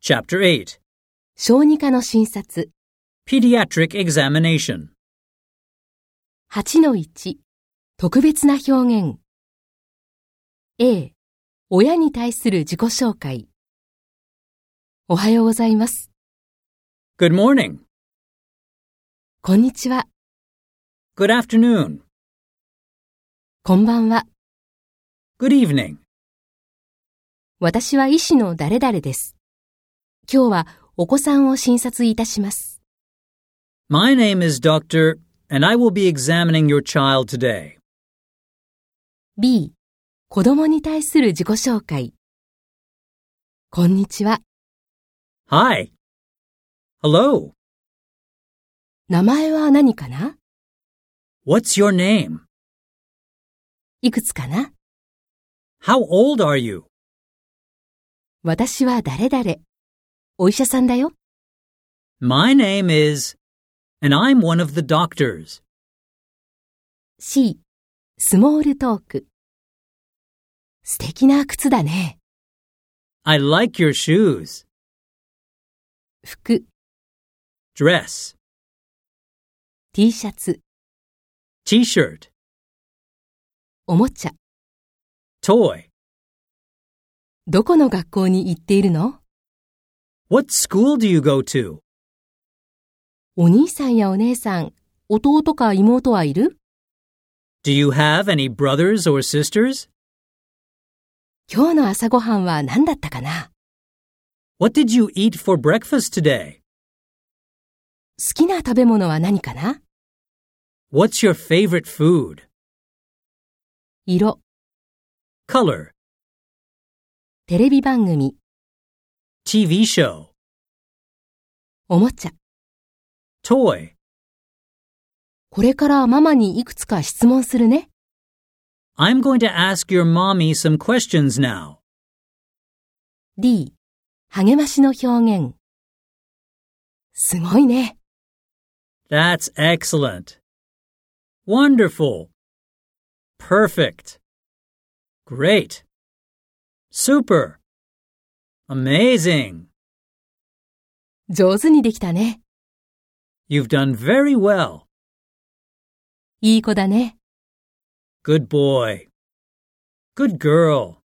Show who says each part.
Speaker 1: Chapter 8
Speaker 2: 小児科の診察
Speaker 1: Pediatric Examination
Speaker 2: 8-1特別な表現 A 親に対する自己紹介おはようございます。
Speaker 1: Good morning.
Speaker 2: こんにちは。
Speaker 1: Good afternoon.
Speaker 2: こんばんは。
Speaker 1: Good evening.
Speaker 2: 私は医師の誰々です。今日はお子さんを診察いたします。
Speaker 1: My name is Dr. and I will be examining your child today.
Speaker 2: B 子供に対する自己紹介こんにちは。
Speaker 1: Hi. Hello.
Speaker 2: 名前は何かな
Speaker 1: What's your name?
Speaker 2: いくつかな
Speaker 1: How old are you?
Speaker 2: 私は誰々。お医者さんだよ。
Speaker 1: My name is and I'm one of the doctors.
Speaker 2: C、スモールトーク。素敵な靴だね。
Speaker 1: I like your shoes.
Speaker 2: 服、
Speaker 1: Dress.
Speaker 2: T シャツ、
Speaker 1: T-shirt.
Speaker 2: おもちゃ。
Speaker 1: Toy.
Speaker 2: どこの学校に行っているの
Speaker 1: What school do you go to?
Speaker 2: お兄さんやお姉さん、弟か妹はいる
Speaker 1: Do you have any brothers or sisters?
Speaker 2: 今日の朝ごはんは何だったかな
Speaker 1: What did you eat for breakfast today?
Speaker 2: 好きな食べ物は何かな
Speaker 1: What's your favorite food?
Speaker 2: 色、
Speaker 1: Color.
Speaker 2: テレビ番組、
Speaker 1: TV show.
Speaker 2: おもちゃ。
Speaker 1: Toy.
Speaker 2: これからママにいくつか質問するね。
Speaker 1: I'm going to ask your mommy some questions now.
Speaker 2: D、励ましの表現。すごいね。
Speaker 1: That's excellent. Wonderful. Perfect. Great. Super. Amazing.
Speaker 2: 上手にできたね。
Speaker 1: You've done very well.
Speaker 2: いい子だね。
Speaker 1: Good boy. Good girl.